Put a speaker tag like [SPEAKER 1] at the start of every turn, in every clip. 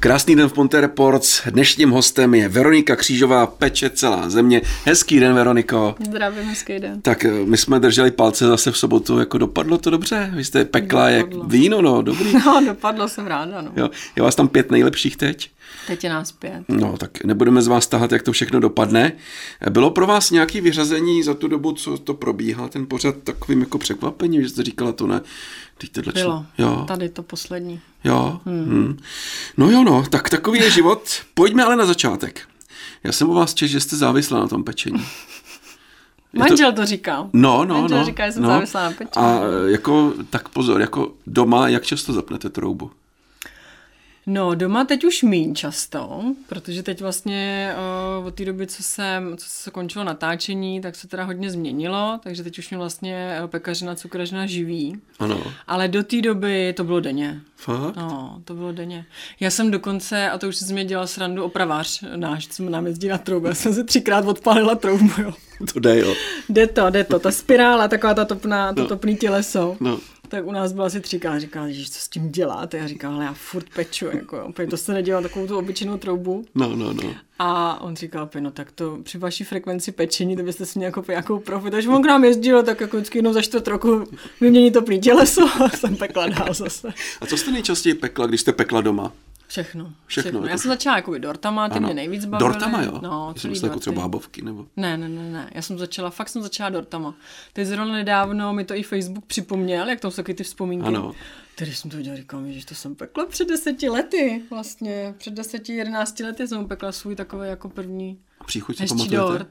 [SPEAKER 1] Krásný den v Ponte Reports. Dnešním hostem je Veronika Křížová, peče celá země. Hezký den, Veroniko.
[SPEAKER 2] Zdravím, hezký den.
[SPEAKER 1] Tak eh, my jsme drželi palce zase v sobotu, jako dopadlo to dobře. Vy jste pekla
[SPEAKER 2] Dopadlo.
[SPEAKER 1] jak víno, no, dobrý.
[SPEAKER 2] No, dopadlo jsem ráda, no.
[SPEAKER 1] Jo, je vás tam pět nejlepších teď?
[SPEAKER 2] Teď je nás pět.
[SPEAKER 1] No, tak nebudeme z vás tahat, jak to všechno dopadne. Bylo pro vás nějaké vyřazení za tu dobu, co to probíhá, ten pořad takovým jako překvapením, že jste říkala to ne? Teď tohle člo-
[SPEAKER 2] Bylo.
[SPEAKER 1] Jo.
[SPEAKER 2] Tady to poslední.
[SPEAKER 1] Jo. Hmm. No jo, no, tak takový je život. Pojďme ale na začátek. Já jsem u vás čest, že jste závislá na tom pečení.
[SPEAKER 2] Manžel to říká.
[SPEAKER 1] No, no,
[SPEAKER 2] Manžel
[SPEAKER 1] no.
[SPEAKER 2] říká, že jsem
[SPEAKER 1] no.
[SPEAKER 2] závislá na pečení.
[SPEAKER 1] A eh, jako, tak pozor, jako doma, jak často zapnete troubu?
[SPEAKER 2] No, doma teď už míň často, protože teď vlastně uh, od té doby, co jsem, co se končilo natáčení, tak se teda hodně změnilo, takže teď už mě vlastně eh, pekařina, cukražina živí.
[SPEAKER 1] Ano.
[SPEAKER 2] Ale do té doby to bylo denně.
[SPEAKER 1] Fakt?
[SPEAKER 2] No, to bylo denně. Já jsem dokonce, a to už jsem mě dělal srandu, opravář náš, co nám jezdí na troubu. Já jsem si třikrát odpálila troubu, jo.
[SPEAKER 1] To jde, jo.
[SPEAKER 2] Jde to, jde to, ta spirála, taková ta topná, to
[SPEAKER 1] No.
[SPEAKER 2] topný těleso.
[SPEAKER 1] No.
[SPEAKER 2] Tak u nás byla asi třikrát, říkala, že co s tím děláte? Já říkala, ale já furt peču, jako jo. Pej, to se nedělá takovou tu obyčejnou troubu.
[SPEAKER 1] No, no, no.
[SPEAKER 2] A on říkal, "Pej, no tak to při vaší frekvenci pečení, to byste si měl jako nějakou profi. Takže on k nám jezdil, tak jako vždycky jenom za čtvrt roku vymění topný těleso a jsem pekla dál zase.
[SPEAKER 1] A co jste nejčastěji pekla, když jste pekla doma?
[SPEAKER 2] Všechno.
[SPEAKER 1] Všechno, jako-
[SPEAKER 2] Já jsem začala jakoby dortama, ty
[SPEAKER 1] Ano.
[SPEAKER 2] mě nejvíc bavily.
[SPEAKER 1] Dortama, jo?
[SPEAKER 2] No,
[SPEAKER 1] Já jsem
[SPEAKER 2] celý
[SPEAKER 1] myslel jako
[SPEAKER 2] dorty.
[SPEAKER 1] třeba bábovky, nebo...
[SPEAKER 2] Ne, ne, ne, ne. Já jsem začala, fakt jsem začala dortama. Teď zrovna nedávno mi to i Facebook připomněl, jak tam jsou taky ty vzpomínky.
[SPEAKER 1] Ano.
[SPEAKER 2] Tedy jsem to udělala, říkám, že to jsem pekla před deseti lety. Vlastně před deseti, jedenácti lety jsem pekla svůj takový jako první
[SPEAKER 1] A příchuť si
[SPEAKER 2] hezčí
[SPEAKER 1] pamatujete?
[SPEAKER 2] dort.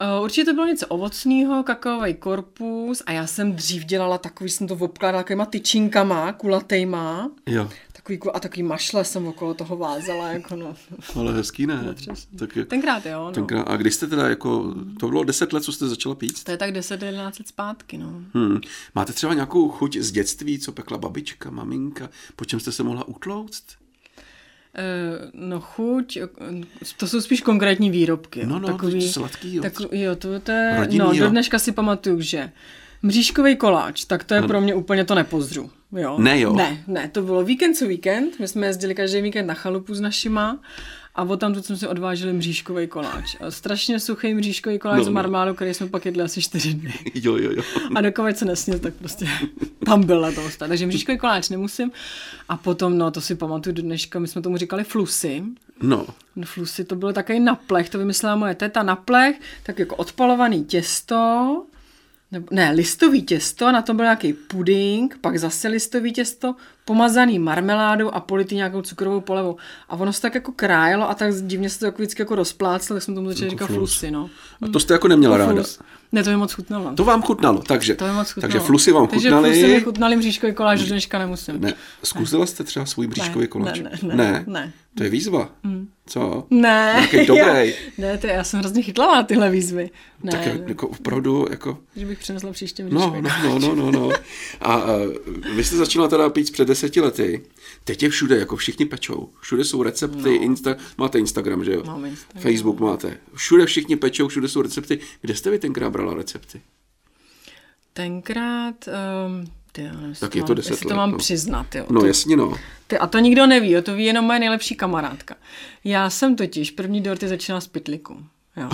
[SPEAKER 2] Eh, Určitě to bylo něco ovocného, kakaový korpus a já jsem dřív dělala takový, jsem to obkládala takovýma tyčinkama, kulatejma.
[SPEAKER 1] Jo,
[SPEAKER 2] Takový, ku- a takový mašle jsem okolo toho vázala, jako no.
[SPEAKER 1] ale hezký ne.
[SPEAKER 2] přesně.
[SPEAKER 1] Tak jako...
[SPEAKER 2] Tenkrát jo, no.
[SPEAKER 1] Tenkrát, a když jste teda jako, to bylo 10 let, co jste začala pít?
[SPEAKER 2] To je tak 10-11 let zpátky, no.
[SPEAKER 1] Hmm. Máte třeba nějakou chuť z dětství, co pekla babička, maminka, po čem jste se mohla utlouct?
[SPEAKER 2] Eh, No chuť, eh, to jsou spíš konkrétní výrobky. jo,
[SPEAKER 1] No, no, to je sladký, jo.
[SPEAKER 2] Takový, jo, to, to je,
[SPEAKER 1] Rodinný,
[SPEAKER 2] no,
[SPEAKER 1] jo.
[SPEAKER 2] do dneška si pamatuju, že mřížkový koláč, tak to je
[SPEAKER 1] Ano.
[SPEAKER 2] pro mě úplně to nepozřu. Jo.
[SPEAKER 1] Ne, jo.
[SPEAKER 2] Ne, ne, to bylo víkend co víkend, my jsme jezdili každý víkend na chalupu s našima a od tam jsme si odváželi mřížkový koláč. A Strašně suchý mřížkový koláč
[SPEAKER 1] No,
[SPEAKER 2] no, z
[SPEAKER 1] no.
[SPEAKER 2] marmálu, který jsme pak jedli asi čtyři dny.
[SPEAKER 1] Jo, jo, jo.
[SPEAKER 2] A dokud se nesněl, tak prostě tam byl na tom stát. Takže mřížkový koláč nemusím. A potom, no to si pamatuju do dneška, my jsme tomu říkali flusy.
[SPEAKER 1] No,
[SPEAKER 2] No, flusy to bylo takový naplech, to vymyslela moje teta naplech, tak jako odpalovaný těsto, nebo, ne, listový těsto, na tom byl nějaký puding, pak zase listový těsto, pomazaný marmeládou a politý nějakou cukrovou polevou. A ono se tak jako krájelo a tak divně se to jako vždycky jako rozplácelo, tak jsem tomu začala
[SPEAKER 1] Jako
[SPEAKER 2] říkat
[SPEAKER 1] flus.
[SPEAKER 2] flusy, no.
[SPEAKER 1] a to jste jako neměla ráda.
[SPEAKER 2] Flus. Ne, to mi moc chutnalo.
[SPEAKER 1] To vám chutnalo, takže,
[SPEAKER 2] To mi moc chutnalo.
[SPEAKER 1] takže flusy vám
[SPEAKER 2] Takže
[SPEAKER 1] chutnaly.
[SPEAKER 2] flusy mi chutnaly mřížkový koláč, do dneška nemusím.
[SPEAKER 1] Ne, zkusila jste třeba svůj bříškový
[SPEAKER 2] Ne,
[SPEAKER 1] koláč?
[SPEAKER 2] ne, ne,
[SPEAKER 1] ne,
[SPEAKER 2] ne. Mm.
[SPEAKER 1] To je výzva. Co?
[SPEAKER 2] Ne,
[SPEAKER 1] Jaký dobrý.
[SPEAKER 2] já, ne, to já jsem hrozně chytlavá na tyhle výzvy. Ne,
[SPEAKER 1] Tak
[SPEAKER 2] tak
[SPEAKER 1] jako opravdu, jako
[SPEAKER 2] že bych přinesla příště
[SPEAKER 1] No,
[SPEAKER 2] mřížkový
[SPEAKER 1] no,
[SPEAKER 2] koláč.
[SPEAKER 1] no, no, no, no. A, a vy jste začala teda pít před deseti lety. Teď je všude, jako všichni pečou. Všude jsou recepty, no. Insta, máte Instagram, že jo?
[SPEAKER 2] Mám Instagram.
[SPEAKER 1] Facebook máte. Všude všichni pečou, všude jsou recepty. Kde jste vy tenkrát brala recepty?
[SPEAKER 2] Tenkrát, um, ty, já nevím, jestli
[SPEAKER 1] Tak je to
[SPEAKER 2] mám,
[SPEAKER 1] 10
[SPEAKER 2] jestli
[SPEAKER 1] let,
[SPEAKER 2] to mám
[SPEAKER 1] no.
[SPEAKER 2] přiznat, jo.
[SPEAKER 1] No
[SPEAKER 2] to,
[SPEAKER 1] jasně, no.
[SPEAKER 2] ty, a to nikdo neví, jo, to ví jenom moje nejlepší kamarádka. Já jsem totiž první dorty začínala z pytliku. Jo.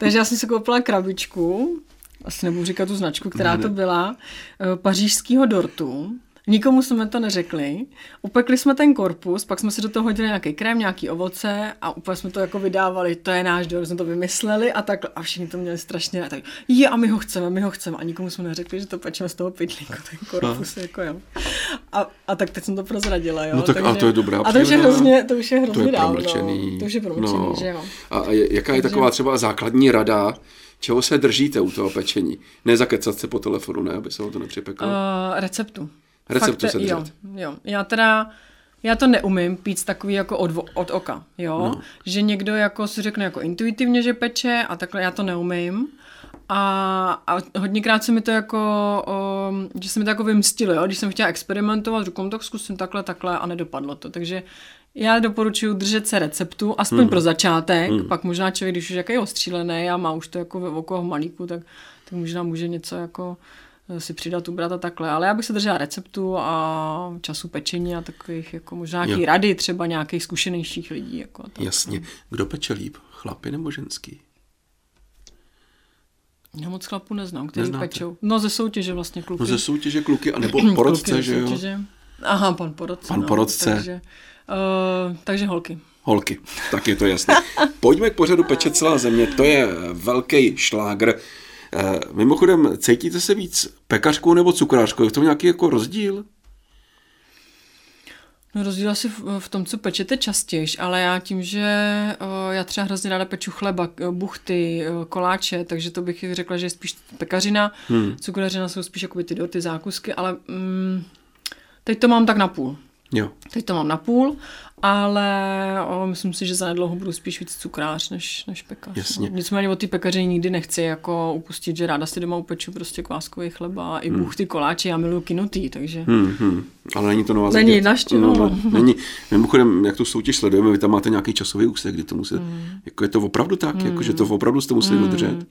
[SPEAKER 2] Takže já jsem si koupila krabičku, asi nebudu říkat tu značku, která to byla, eh, pařížského dortu. Nikomu jsme to neřekli. Upekli jsme ten korpus, pak jsme si do toho hodili nějaký krém, nějaký ovoce a úplně jsme to jako vydávali. To je náš dort, jsme to vymysleli a tak. A všichni to měli strašně rád. Tak, je, a my ho chceme, my ho chceme. A nikomu jsme neřekli, že to pečeme z toho pytlíku, ten korpus. Jako, jo. A, a, tak teď jsem to prozradila. Jo.
[SPEAKER 1] No tak a to je dobrá
[SPEAKER 2] A to už je
[SPEAKER 1] příhoda.
[SPEAKER 2] hrozně, to už je hrozně
[SPEAKER 1] To je
[SPEAKER 2] dávno.
[SPEAKER 1] promlčený.
[SPEAKER 2] To už je promlčený,
[SPEAKER 1] no.
[SPEAKER 2] že jo.
[SPEAKER 1] A a je- jaká je taková třeba základní rada, čeho se držíte u toho pečení? Nezakecat se po telefonu, ne, aby se vám to nepřipeklo.
[SPEAKER 2] Uh, receptu.
[SPEAKER 1] Receptu se
[SPEAKER 2] jo,
[SPEAKER 1] držet.
[SPEAKER 2] jo. Já teda, já to neumím pít takový jako od, vo- od oka, jo. No. Že někdo jako si řekne jako intuitivně, že peče a takhle já to neumím. A, a hodněkrát se mi to jako, um, že se mi to jako vymstilo, jo. Když jsem chtěla experimentovat, říkám, tak zkusím takhle, takhle a nedopadlo to. Takže já doporučuji držet se receptu, aspoň
[SPEAKER 1] Mhm.
[SPEAKER 2] pro začátek, pak možná člověk, když už je jaký ostřílený a má už to jako ve oko v malíku, tak, tak možná může něco jako si přidat, ubrat a takhle. Ale já bych se držela receptu a času pečení a takových jako možná nějaký
[SPEAKER 1] Jo.
[SPEAKER 2] rady třeba nějakých zkušenějších lidí. Jako a tak.
[SPEAKER 1] Jasně. Kdo peče líp? Chlapy nebo ženský?
[SPEAKER 2] Já moc chlapů neznám, který
[SPEAKER 1] Neznáte?
[SPEAKER 2] pečou. No ze soutěže vlastně kluky.
[SPEAKER 1] No ze soutěže kluky, anebo
[SPEAKER 2] Kluky
[SPEAKER 1] porodce,
[SPEAKER 2] ze
[SPEAKER 1] že jo?
[SPEAKER 2] soutěže. Aha, pan porodce.
[SPEAKER 1] Pan
[SPEAKER 2] no,
[SPEAKER 1] porodce.
[SPEAKER 2] Takže, uh, takže holky.
[SPEAKER 1] Holky, tak je to jasné. Pojďme k pořadu Peče celá země, to je eh, velký šlágr. Eh, Mimochodem, cítíte se víc pekařkou nebo cukrářkou? Je v tom nějaký jako rozdíl?
[SPEAKER 2] No rozdíl asi v, v tom, co pečete častěji, ale já tím, že eh, já třeba hrozně ráda peču chleba, eh, buchty, eh, koláče, takže to bych řekla, že je spíš pekařina. Hmm. Cukrařina jsou spíš jakoby ty dorty, zákusky, ale mm, teď to mám tak na půl.
[SPEAKER 1] Jo.
[SPEAKER 2] Teď to mám na půl, ale o, myslím si, že za nedlouho budu spíš víc cukrář než, než pekař.
[SPEAKER 1] Jasně.
[SPEAKER 2] No. Nicméně od té pekaře nikdy nechci jako upustit, že ráda si doma upeču prostě kváskový chleba a i hmm. buchty, koláče, já miluju kinutý, takže... Hmm.
[SPEAKER 1] Hmm, hmm. Ale není to na vás
[SPEAKER 2] Není, no.
[SPEAKER 1] vidět.
[SPEAKER 2] naštěv-
[SPEAKER 1] ale no, není. Mimochodem, jak tu soutěž sledujeme, vy tam máte nějaký časový úsek, kdy to musí, hmm. jako je to opravdu tak, hmm. jako, že to opravdu jste museli hmm. udržet.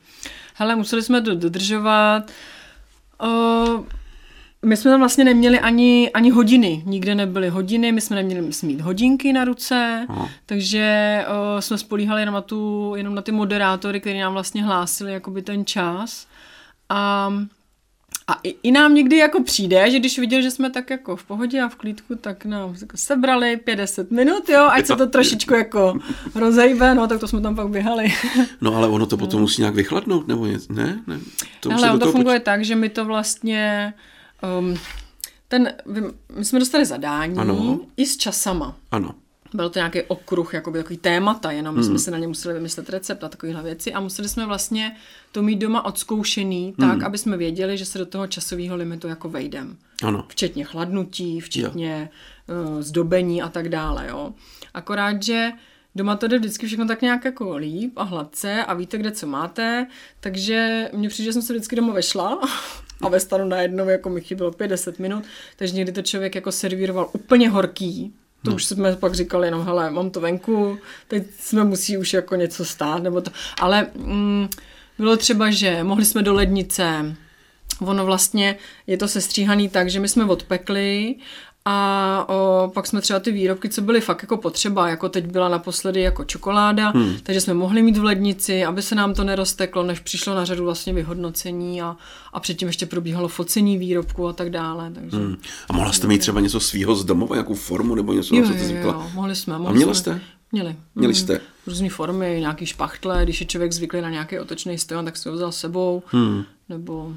[SPEAKER 2] Hele, museli jsme to dodržovat. O, my jsme tam vlastně neměli ani, ani hodiny, nikde nebyly hodiny, my jsme neměli myslím, mít hodinky na ruce,
[SPEAKER 1] Aha.
[SPEAKER 2] takže o, jsme spolíhali jenom na, tu, jenom na ty moderátory, který nám vlastně hlásili jakoby ten čas. A, a i, i nám někdy jako přijde, že když viděl, že jsme tak jako v pohodě a v klídku, tak nám jako sebrali 50 minut, jo, ať se to trošičku jako rozejbe, no tak to jsme tam pak běhali.
[SPEAKER 1] No ale ono to potom musí nějak vychladnout, nebo něco, ne? ne? To už se
[SPEAKER 2] Hmm. Ale
[SPEAKER 1] do
[SPEAKER 2] on to
[SPEAKER 1] toho poč-
[SPEAKER 2] funguje tak, že my to vlastně... Um, ten, vy- my jsme dostali zadání
[SPEAKER 1] Ano.
[SPEAKER 2] i s časama.
[SPEAKER 1] Ano.
[SPEAKER 2] Byl to nějaký okruh, jakoby takový témata, jenom my
[SPEAKER 1] Hmm.
[SPEAKER 2] jsme si na ně museli vymyslet recept a takovéhle věci a museli jsme vlastně to mít doma odzkoušený tak,
[SPEAKER 1] Hmm.
[SPEAKER 2] aby jsme věděli, že se do toho časového limitu jako vejdem.
[SPEAKER 1] Ano.
[SPEAKER 2] Včetně chladnutí, včetně uh, zdobení a tak dále, jo. Akorát, že doma to jde vždycky všechno tak nějak jako líp a hladce a víte, kde co máte, takže mně přijde, že jsem se vždycky doma vešla a ve stanu najednou, jako mi chybělo 5-10 minut, takže někdy to člověk jako servíroval úplně horký, to už jsme pak říkali jenom, hele, mám to venku, teď jsme musí už jako něco stát, nebo to, ale mm, bylo třeba, že mohli jsme do lednice, Ono vlastně je to sestříhaný tak, že my jsme odpekli a o, pak jsme třeba ty výrobky, co byly fakt jako potřeba, jako teď byla naposledy jako čokoláda, hmm. takže jsme mohli mít v lednici, aby se nám to nerozteklo, než přišlo na řadu vlastně vyhodnocení a, a předtím ještě probíhalo focení výrobku a tak dále. Takže. Hmm.
[SPEAKER 1] A mohla jste mít třeba něco svého z domova, nějakou formu nebo něco, na co jste zvykla?
[SPEAKER 2] mohli jsme. Mohli
[SPEAKER 1] A měla
[SPEAKER 2] jsme.
[SPEAKER 1] jste?
[SPEAKER 2] Měli.
[SPEAKER 1] Měli
[SPEAKER 2] Mm.
[SPEAKER 1] jste?
[SPEAKER 2] Různý formy, nějaký špachtle, když je člověk zvyklý na nějaký otočný stojan, tak si ho vzal s sebou, hmm. nebo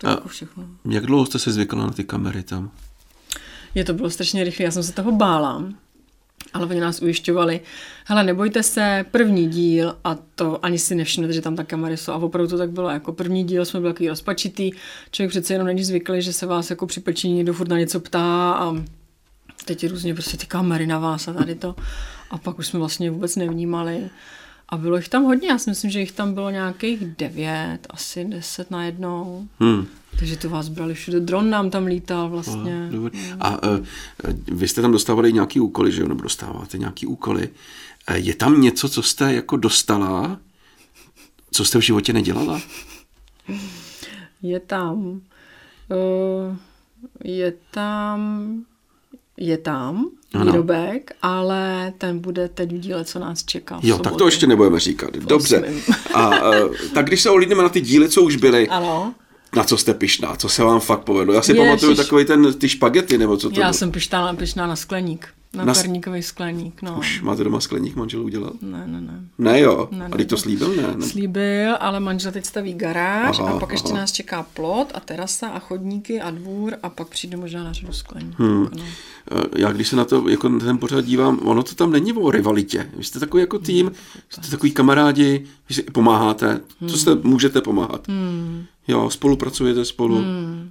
[SPEAKER 2] to
[SPEAKER 1] A-
[SPEAKER 2] jako všechno.
[SPEAKER 1] Jak dlouho jste se zvykla na ty kamery tam?
[SPEAKER 2] Je to bylo strašně rychle, já jsem se toho bála. Ale oni nás ujišťovali, hele, nebojte se, první díl, a to ani si nevšimnete, že tam ta kamery jsou, a opravdu to tak bylo, jako první díl jsme byli takový rozpačitý, člověk přece jenom není zvyklý, že se vás jako při pečení někdo furt na něco ptá a teď je různě prostě ty kamery na vás a tady to. A pak už jsme vlastně vůbec nevnímali. A bylo jich tam hodně, já si myslím, že jich tam bylo nějakých devět, asi deset najednou.
[SPEAKER 1] Hmm.
[SPEAKER 2] Takže to vás brali všude, dron nám tam lítal vlastně.
[SPEAKER 1] Dobře. A eh, vy jste tam dostávali nějaký úkoly, že jo? Nebo dostáváte nějaký úkoly. Eh, Je tam něco, co jste jako dostala, co jste v životě nedělala?
[SPEAKER 2] Je tam. Uh, je tam. Je tam
[SPEAKER 1] Ano.
[SPEAKER 2] výrobek, ale ten bude teď v díle, co nás čeká. v
[SPEAKER 1] Jo, tak to
[SPEAKER 2] sobotu.
[SPEAKER 1] ještě nebudeme říkat. Dobře.
[SPEAKER 2] osmém.
[SPEAKER 1] A, eh, tak když se olídneme na ty díly, co už byly,
[SPEAKER 2] Ano.
[SPEAKER 1] na co jste pišná, co se vám fakt povedlo. Já si
[SPEAKER 2] Ježiš.
[SPEAKER 1] pamatuju takový ten, ty špagety, nebo co to
[SPEAKER 2] Já
[SPEAKER 1] bylo.
[SPEAKER 2] jsem pišná, pišná na skleník. Na,
[SPEAKER 1] Na
[SPEAKER 2] na
[SPEAKER 1] s-
[SPEAKER 2] perníkový skleník, no.
[SPEAKER 1] Už máte doma skleník, manžel udělal?
[SPEAKER 2] Ne, ne, ne.
[SPEAKER 1] Ne jo,
[SPEAKER 2] Ne,
[SPEAKER 1] a
[SPEAKER 2] ne,
[SPEAKER 1] teď to
[SPEAKER 2] ne.
[SPEAKER 1] slíbil, ne? ne.
[SPEAKER 2] Slíbil, ale manžel teď staví garáž
[SPEAKER 1] Aha,
[SPEAKER 2] a pak ještě
[SPEAKER 1] aha.
[SPEAKER 2] nás čeká plot a terasa a chodníky a dvůr a pak přijde možná na řadu skleník. Hmm. No.
[SPEAKER 1] Eh, Já když se na to, jako na ten pořád dívám, ono to tam není o rivalitě. Vy jste takový jako tým, jste takový kamarádi, vy si pomáháte, co jste můžete pomáhat.
[SPEAKER 2] Hmm.
[SPEAKER 1] Jo, spolupracujete spolu.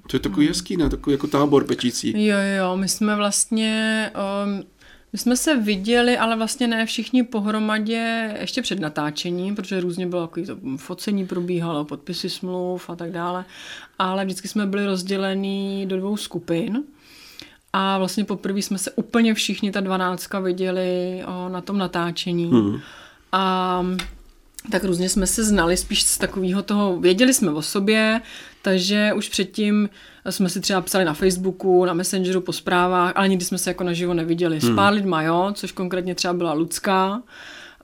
[SPEAKER 1] To je takový hezký, ne? Takový jako tábor pečící.
[SPEAKER 2] Jo, jo, my jsme vlastně, um, my jsme se viděli, ale vlastně ne všichni pohromadě ještě před natáčením, protože různě bylo takový to focení probíhalo, podpisy smluv a tak dále, ale vždycky jsme byli rozdělení do dvou skupin. A vlastně poprvé jsme se úplně všichni, ta dvanáctka, viděli o, na tom natáčení. Hmm. A tak různě jsme se znali spíš z takového toho, věděli jsme o sobě, takže už předtím jsme si třeba psali na Facebooku, na Messengeru, po zprávách, ale nikdy jsme se jako naživo neviděli. S pár lidma, jo, což konkrétně třeba byla Lucka,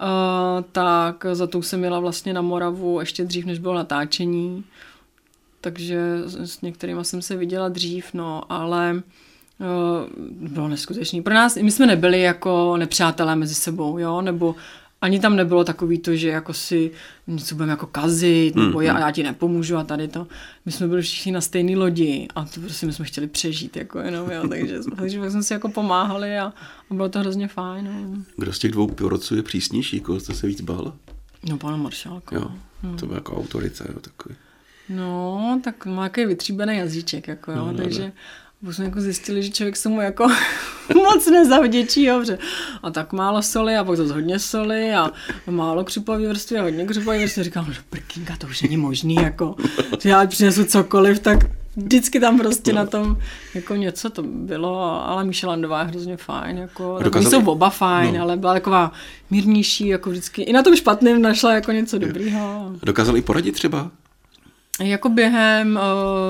[SPEAKER 2] Uh, tak za tou jsem jela vlastně na Moravu ještě dřív, než bylo natáčení. Takže s s některýma jsem se viděla dřív, no, ale uh, bylo neskutečný. Pro nás, my jsme nebyli jako nepřátelé mezi sebou, jo, nebo ani tam nebylo takový to, že jako si něco budeme jako kazit, nebo já, já ti nepomůžu a tady to. My jsme byli všichni na stejné lodi a to prostě my jsme chtěli přežít, jako jenom, jo, takže, takže pak jsme si jako pomáhali a, a bylo to hrozně fajn. No,
[SPEAKER 1] Kdo z těch dvou porotců je přísnější? Koho jste se víc bála?
[SPEAKER 2] no pana Maršálka.
[SPEAKER 1] Jo,
[SPEAKER 2] Hmm.
[SPEAKER 1] to byla jako autorita, jo, takový.
[SPEAKER 2] No, tak má nějaký vytříbený jazyček, jako jo, no, takže pak jsme jako zjistili, že člověk se mu jako moc nezavděčí, jo, že a tak málo soli a pak zase hodně soli a málo křupavý vrstvy a hodně křupavý vrstvy. Říkám, no prkinka, to už není možný, jako, že já přinesu cokoliv, tak vždycky tam prostě na tom jako něco to bylo, ale Míša Landová je hrozně fajn, jako,
[SPEAKER 1] A
[SPEAKER 2] takový
[SPEAKER 1] dokázala-
[SPEAKER 2] jsou oba fajn, ale byla taková mírnější, jako vždycky, i na tom špatném našla jako něco dobrýho.
[SPEAKER 1] Dokázal i poradit třeba?
[SPEAKER 2] Jako během...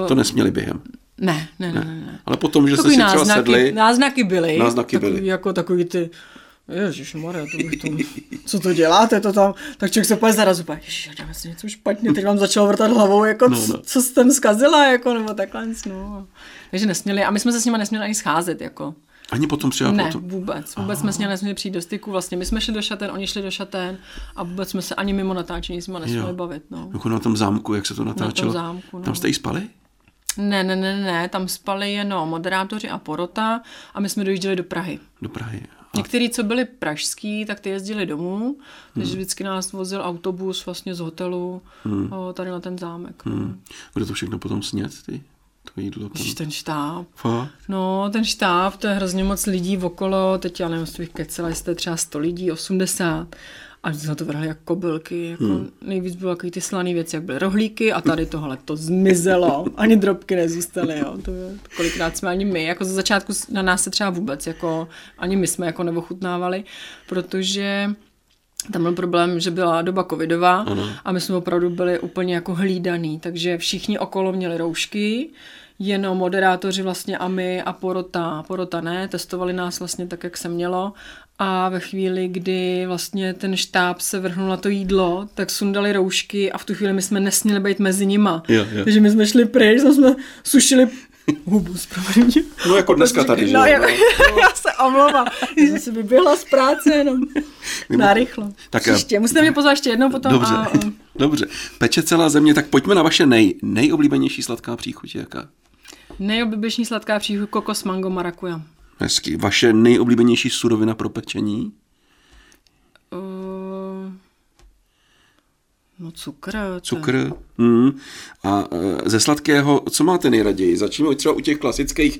[SPEAKER 2] eh,
[SPEAKER 1] To nesměli během.
[SPEAKER 2] Ne, ne, ne, ne. ne.
[SPEAKER 1] Ale potom, že jste
[SPEAKER 2] Takový
[SPEAKER 1] si třeba
[SPEAKER 2] náznaky,
[SPEAKER 1] sedli,
[SPEAKER 2] náznaky byly.
[SPEAKER 1] Náznaky
[SPEAKER 2] takový,
[SPEAKER 1] byly.
[SPEAKER 2] Jako takový ty, Ježíš Maria, to bych to, co to děláte, to tam, tak člověk se úplně zarazí, úplně, ježiš, děláme si něco špatně, teď vám začalo vrtat hlavou, jako no,
[SPEAKER 1] no.
[SPEAKER 2] no. co jsem zkazila, jako, nebo takhle, no. Takže nesměli, a my jsme se s nimi nesměli ani scházet, jako.
[SPEAKER 1] ani potom třeba
[SPEAKER 2] Ne,
[SPEAKER 1] potom.
[SPEAKER 2] vůbec, vůbec jsme s nimi nesměli přijít do styku, vlastně my jsme šli do šaten, oni šli do šaten a vůbec jsme se ani mimo natáčení s nimi nesměli
[SPEAKER 1] Jo.
[SPEAKER 2] bavit, no.
[SPEAKER 1] Jako na tom zámku, jak se to natáčelo.
[SPEAKER 2] zámku, no.
[SPEAKER 1] Tam jste i spali?
[SPEAKER 2] Ne, ne, ne, ne, tam spali jenom moderátoři a porota a my jsme dojížděli do Prahy.
[SPEAKER 1] Do Prahy. A
[SPEAKER 2] Některý, co byli pražský, tak ty jezdili domů, takže vždycky nás vozil autobus vlastně z hotelu o, tady na ten zámek. Hmm.
[SPEAKER 1] kdo Hm. to všechno potom snět, ty? To jídlo tam.
[SPEAKER 2] Ten štáb.
[SPEAKER 1] Fakt?
[SPEAKER 2] No, ten štáb, to je hrozně moc lidí okolo, teď já nevím, jestli bych kecela, jestli to je třeba 100 lidí, 80. A jsme to vrhli jako kobylky, jako hmm. nejvíc bylo takový ty slaný věci, jak byly rohlíky a tady tohle to zmizelo, ani drobky nezůstaly, jo. To bylo, kolikrát jsme ani my, jako ze začátku s- na nás se třeba vůbec, jako ani my jsme jako neochutnávali, protože tam byl problém, že byla doba covidová ano. a my jsme opravdu byli úplně jako hlídaný, takže všichni okolo měli roušky, jenom moderátoři vlastně a my a porota, porota ne, testovali nás vlastně tak, jak se mělo a ve chvíli, kdy vlastně ten štáb se vrhnul na to jídlo, tak sundali roušky a v tu chvíli my jsme nesměli být mezi nima.
[SPEAKER 1] Jo, jo.
[SPEAKER 2] Takže my jsme šli pryč, a jsme sušili hubu s proměním.
[SPEAKER 1] No jako dneska tady, že?
[SPEAKER 2] No,
[SPEAKER 1] jo?
[SPEAKER 2] já, já se omlouvám, že jsem si vyběhla z práce jenom narychlo.
[SPEAKER 1] Tak, eh,
[SPEAKER 2] Tak Příště. Musíte mě pozvat ještě jednou potom.
[SPEAKER 1] Dobře,
[SPEAKER 2] A, eh, a,
[SPEAKER 1] dobře. Peče celá země, tak pojďme na vaše nej, nejoblíbenější sladká příchuť, jaká?
[SPEAKER 2] nejoblíbenější sladká příchuť kokos mango marakuja.
[SPEAKER 1] Hezky. Vaše nejoblíbenější surovina pro pečení?
[SPEAKER 2] Uh, no cukr. to-
[SPEAKER 1] Cukr. Mm. A eh, ze sladkého, co máte nejraději? Začněme třeba u těch klasických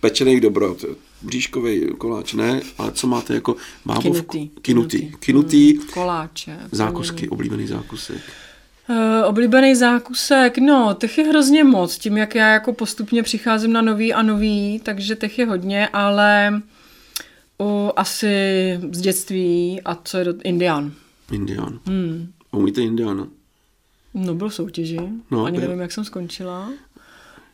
[SPEAKER 1] pečených dobrot. Bříškový koláč ne, ale co máte jako bábovku?
[SPEAKER 2] Kinutý.
[SPEAKER 1] Kinutý. Kinutý.
[SPEAKER 2] Mm, koláče.
[SPEAKER 1] Zákusky, oblíbený zákusek.
[SPEAKER 2] Uh, oblíbený zákusek, no, těch je hrozně moc, tím jak já jako postupně přicházím na nový a nový, takže těch je hodně, ale uh, asi z dětství a co je do Indian.
[SPEAKER 1] Indián. Hmm. Umíte Indiána?
[SPEAKER 2] No, byl v soutěži,
[SPEAKER 1] No,
[SPEAKER 2] no, ani
[SPEAKER 1] byl.
[SPEAKER 2] nevím, jak jsem skončila.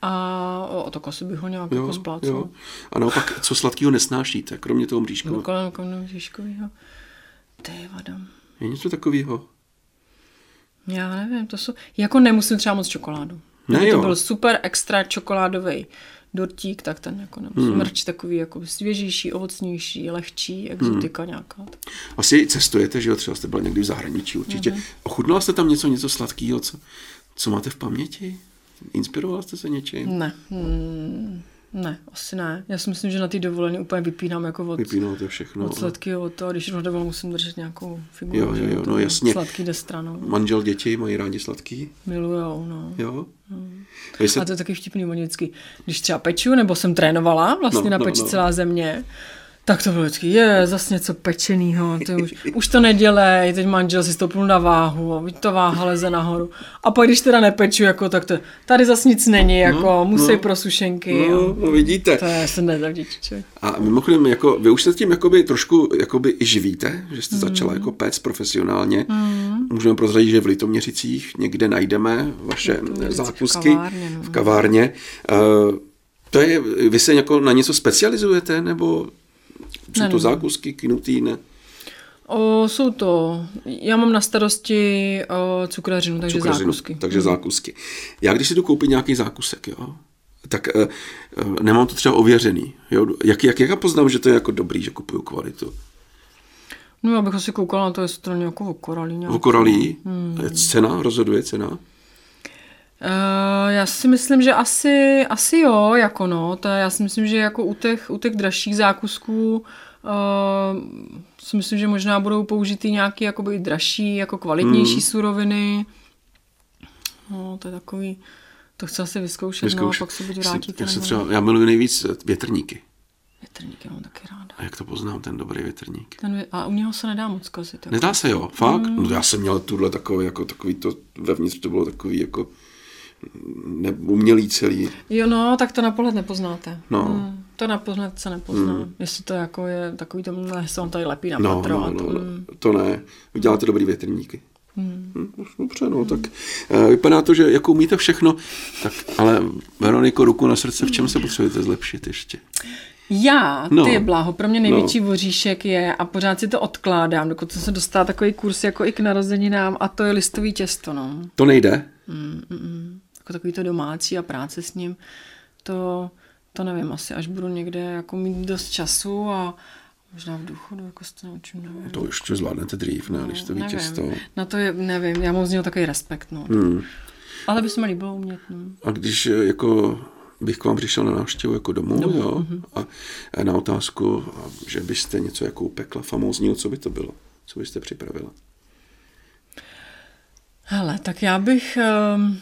[SPEAKER 2] A o, tak asi bych ho nějak jako splácela.
[SPEAKER 1] A naopak, co sladkého nesnášíte, kromě toho
[SPEAKER 2] Nebo
[SPEAKER 1] bříškového?
[SPEAKER 2] kolem kolem Žižkovýho. Ty vadam.
[SPEAKER 1] Je něco takového?
[SPEAKER 2] Já nevím, to jsou... Jako nemusím třeba moc čokoládu.
[SPEAKER 1] Ne,
[SPEAKER 2] Kdyby
[SPEAKER 1] jo.
[SPEAKER 2] to byl super extra čokoládový dortík, tak ten jako nemusím. Hmm. Mrč takový jako svěžější, ovocnější, lehčí, exotika hmm. nějaká.
[SPEAKER 1] Asi cestujete, že jo, třeba jste byla někdy v zahraničí určitě.
[SPEAKER 2] Mhm.
[SPEAKER 1] Mm-hmm. Ochutnala jste tam něco, něco sladkého, co, co máte v paměti? Inspirovala jste se něčím?
[SPEAKER 2] Ne, hmm, ne, asi ne. Já si myslím, že na ty dovolené úplně vypínám jako od,
[SPEAKER 1] Vypínalo to všechno.
[SPEAKER 2] od sladkého, od toho, když jdu na dovolenou, musím držet nějakou figuru.
[SPEAKER 1] No, Jo,
[SPEAKER 2] že
[SPEAKER 1] jo, jo,
[SPEAKER 2] to
[SPEAKER 1] no jasně.
[SPEAKER 2] Sladký jde stranou,
[SPEAKER 1] Manžel děti mají rádi sladký,
[SPEAKER 2] milujou, no.
[SPEAKER 1] jo? A Jestli,
[SPEAKER 2] A to je taky vtipný, oni vždycky, když třeba peču, nebo jsem trénovala vlastně
[SPEAKER 1] No,
[SPEAKER 2] no, na
[SPEAKER 1] no,
[SPEAKER 2] peči
[SPEAKER 1] no.
[SPEAKER 2] no. celá země, tak to bylo vždycky, je, zase něco pečenýho, to je už, už to nedělej, teď manžel si stoupnul na váhu, a buď to váha leze nahoru. A pak když teda nepeču, jako, tak to, tady zase nic není, jako, no, musí
[SPEAKER 1] no.
[SPEAKER 2] no, prosušenky.
[SPEAKER 1] no,
[SPEAKER 2] No.
[SPEAKER 1] no, vidíte.
[SPEAKER 2] To je, se nezavděčí člověk.
[SPEAKER 1] A mimochodem, jako, vy už se tím jakoby, trošku jakoby, i živíte, že jste začala jako péct profesionálně. Mm. Můžeme prozradit, že v Litoměřicích někde najdeme vaše zákusky v kavárně. No. V kavárně. Uh, to je, vy se jako na něco specializujete, nebo jsou ne, to zákusky, knutý, ne?
[SPEAKER 2] O, jsou to, já mám na starosti o, cukrařinu, takže cukrařinu, zákusky.
[SPEAKER 1] Takže zákusky. Mm. Já když si jdu koupit nějaký zákusek, jo, tak e, e, nemám to třeba ověřený. Jo? Jak, jak, jak já poznám, že to je jako dobrý, že kupuju kvalitu?
[SPEAKER 2] No já bych asi koukala na to, jestli to není jako okoralí. Nějak.
[SPEAKER 1] Okoralí? Hmm. No, Cena? Rozhoduje cena?
[SPEAKER 2] Uh, já si myslím, že asi, asi jo, jako no. To já si myslím, že jako u těch, u těch dražších zákusků uh, si myslím, že možná budou použity nějaké jakoby dražší, jako kvalitnější hmm. suroviny. No, to je takový... To chci asi vyzkoušet, vyzkoušet. no a pak se budu vrátit.
[SPEAKER 1] Já, se třeba, já miluji nejvíc větrníky.
[SPEAKER 2] Větrníky mám taky ráda.
[SPEAKER 1] A jak to poznám, ten dobrý větrník?
[SPEAKER 2] Ten, vě- a u něho se nedá moc kazit. Jako.
[SPEAKER 1] Nedá se, jo? Fakt? Mm. No já jsem měl tuhle takový, jako takový to, vevnitř to bylo takový jako ne, umělý celý.
[SPEAKER 2] Jo, no, tak to na pohled nepoznáte. Hmm,
[SPEAKER 1] No. Mm.
[SPEAKER 2] To na pohled se nepozná. Mm. Jestli to jako je takový tam, ne, se on tady lepí na
[SPEAKER 1] no,
[SPEAKER 2] patro.
[SPEAKER 1] No, no,
[SPEAKER 2] to, Hmm.
[SPEAKER 1] no, mm. to ne. Vy děláte dobrý větrníky. Hmm. Dobře, no, tak vypadá to, že jako umíte všechno, tak ale Veroniko, ruku na srdce, v čem se potřebujete zlepšit ještě?
[SPEAKER 2] Já, no. ty bláho, pro mě největší no. voříšek je, a pořád si to odkládám, dokud jsem se dostala takový kurz jako i k narozeninám, a to je listový těsto, no.
[SPEAKER 1] To nejde?
[SPEAKER 2] Mm, mm, mm. Jako takový to domácí a práce s ním, to, to nevím, asi až budu někde jako mít dost času a, Možná v důchodu, jako se to naučím, nevím.
[SPEAKER 1] To ještě zvládnete dřív, ne, no, když to ví těsto.
[SPEAKER 2] Na to je, nevím, já mám z něho takový respekt, no.
[SPEAKER 1] Hmm.
[SPEAKER 2] Ale by se mi líbilo umět, no.
[SPEAKER 1] A když jako bych k vám přišel na návštěvu jako domů, no. jo, mm-hmm. a na otázku, že byste něco jako upekla famózního, co by to bylo? Co byste připravila?
[SPEAKER 2] Hele, tak já bych, ehm,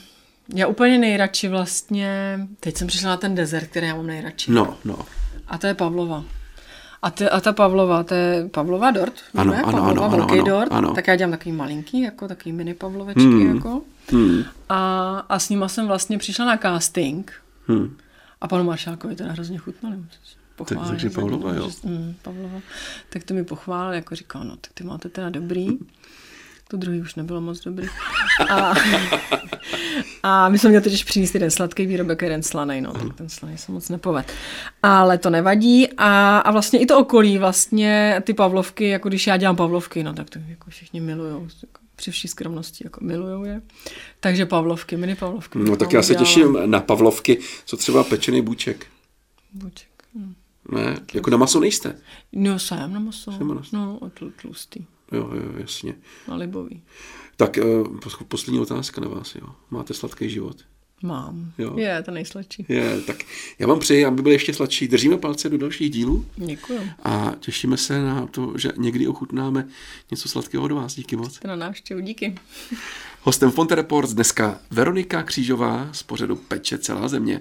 [SPEAKER 2] já úplně nejradši vlastně, teď jsem přišla na ten dezert, který já mám nejradši.
[SPEAKER 1] No, no.
[SPEAKER 2] A to je Pavlova. A, ty, a ta Pavlova, to je Pavlova dort,
[SPEAKER 1] ano,
[SPEAKER 2] ne?
[SPEAKER 1] Ano,
[SPEAKER 2] Pavlova,
[SPEAKER 1] ano,
[SPEAKER 2] velký
[SPEAKER 1] ano,
[SPEAKER 2] dort,
[SPEAKER 1] ano.
[SPEAKER 2] tak já dělám takový malinký, jako takový mini Pavlovečky, hmm. jako.
[SPEAKER 1] Hmm.
[SPEAKER 2] A, a s nima jsem vlastně přišla na casting
[SPEAKER 1] Hmm.
[SPEAKER 2] a panu Maršálkovi teda hrozně chutnalo. Pochválil,
[SPEAKER 1] takže
[SPEAKER 2] za to,
[SPEAKER 1] Pavlova, jo.
[SPEAKER 2] že- Mm, Pavlova. Tak to mi pochválil, jako říkal, no tak ty máte teda dobrý. To druhý už nebylo moc dobrý. A, a my jsme měli totiž přinést jeden sladký výrobek a jeden slaný, no, tak ten slaný se moc nepoved. Ale to nevadí a, a vlastně i to okolí, vlastně ty Pavlovky, jako když já dělám Pavlovky, no tak to jako všichni milujou, jako při vší skromnosti, jako milujou je. Takže Pavlovky, mini Pavlovky.
[SPEAKER 1] No tak já se těším na Pavlovky, co třeba pečený buček.
[SPEAKER 2] Buček. hm.
[SPEAKER 1] Ne, jako na maso nejste.
[SPEAKER 2] No, jsem na maso.
[SPEAKER 1] na maso.
[SPEAKER 2] No, o tl- tlustý,
[SPEAKER 1] Jo, jo, jasně.
[SPEAKER 2] na libový.
[SPEAKER 1] Tak eh, pos- poslední otázka na vás, jo. Máte sladký život?
[SPEAKER 2] Mám.
[SPEAKER 1] Jo.
[SPEAKER 2] Je, to nejsladší.
[SPEAKER 1] Je, tak já vám přeji, aby byl ještě sladší. Držíme palce do dalších dílů
[SPEAKER 2] Děkuju.
[SPEAKER 1] a těšíme se na to, že někdy ochutnáme něco sladkého od vás. Díky moc.
[SPEAKER 2] Jste na návštěvu, díky.
[SPEAKER 1] Hostem Fonte Report dneska Veronika Křížová z pořadu Peče celá země.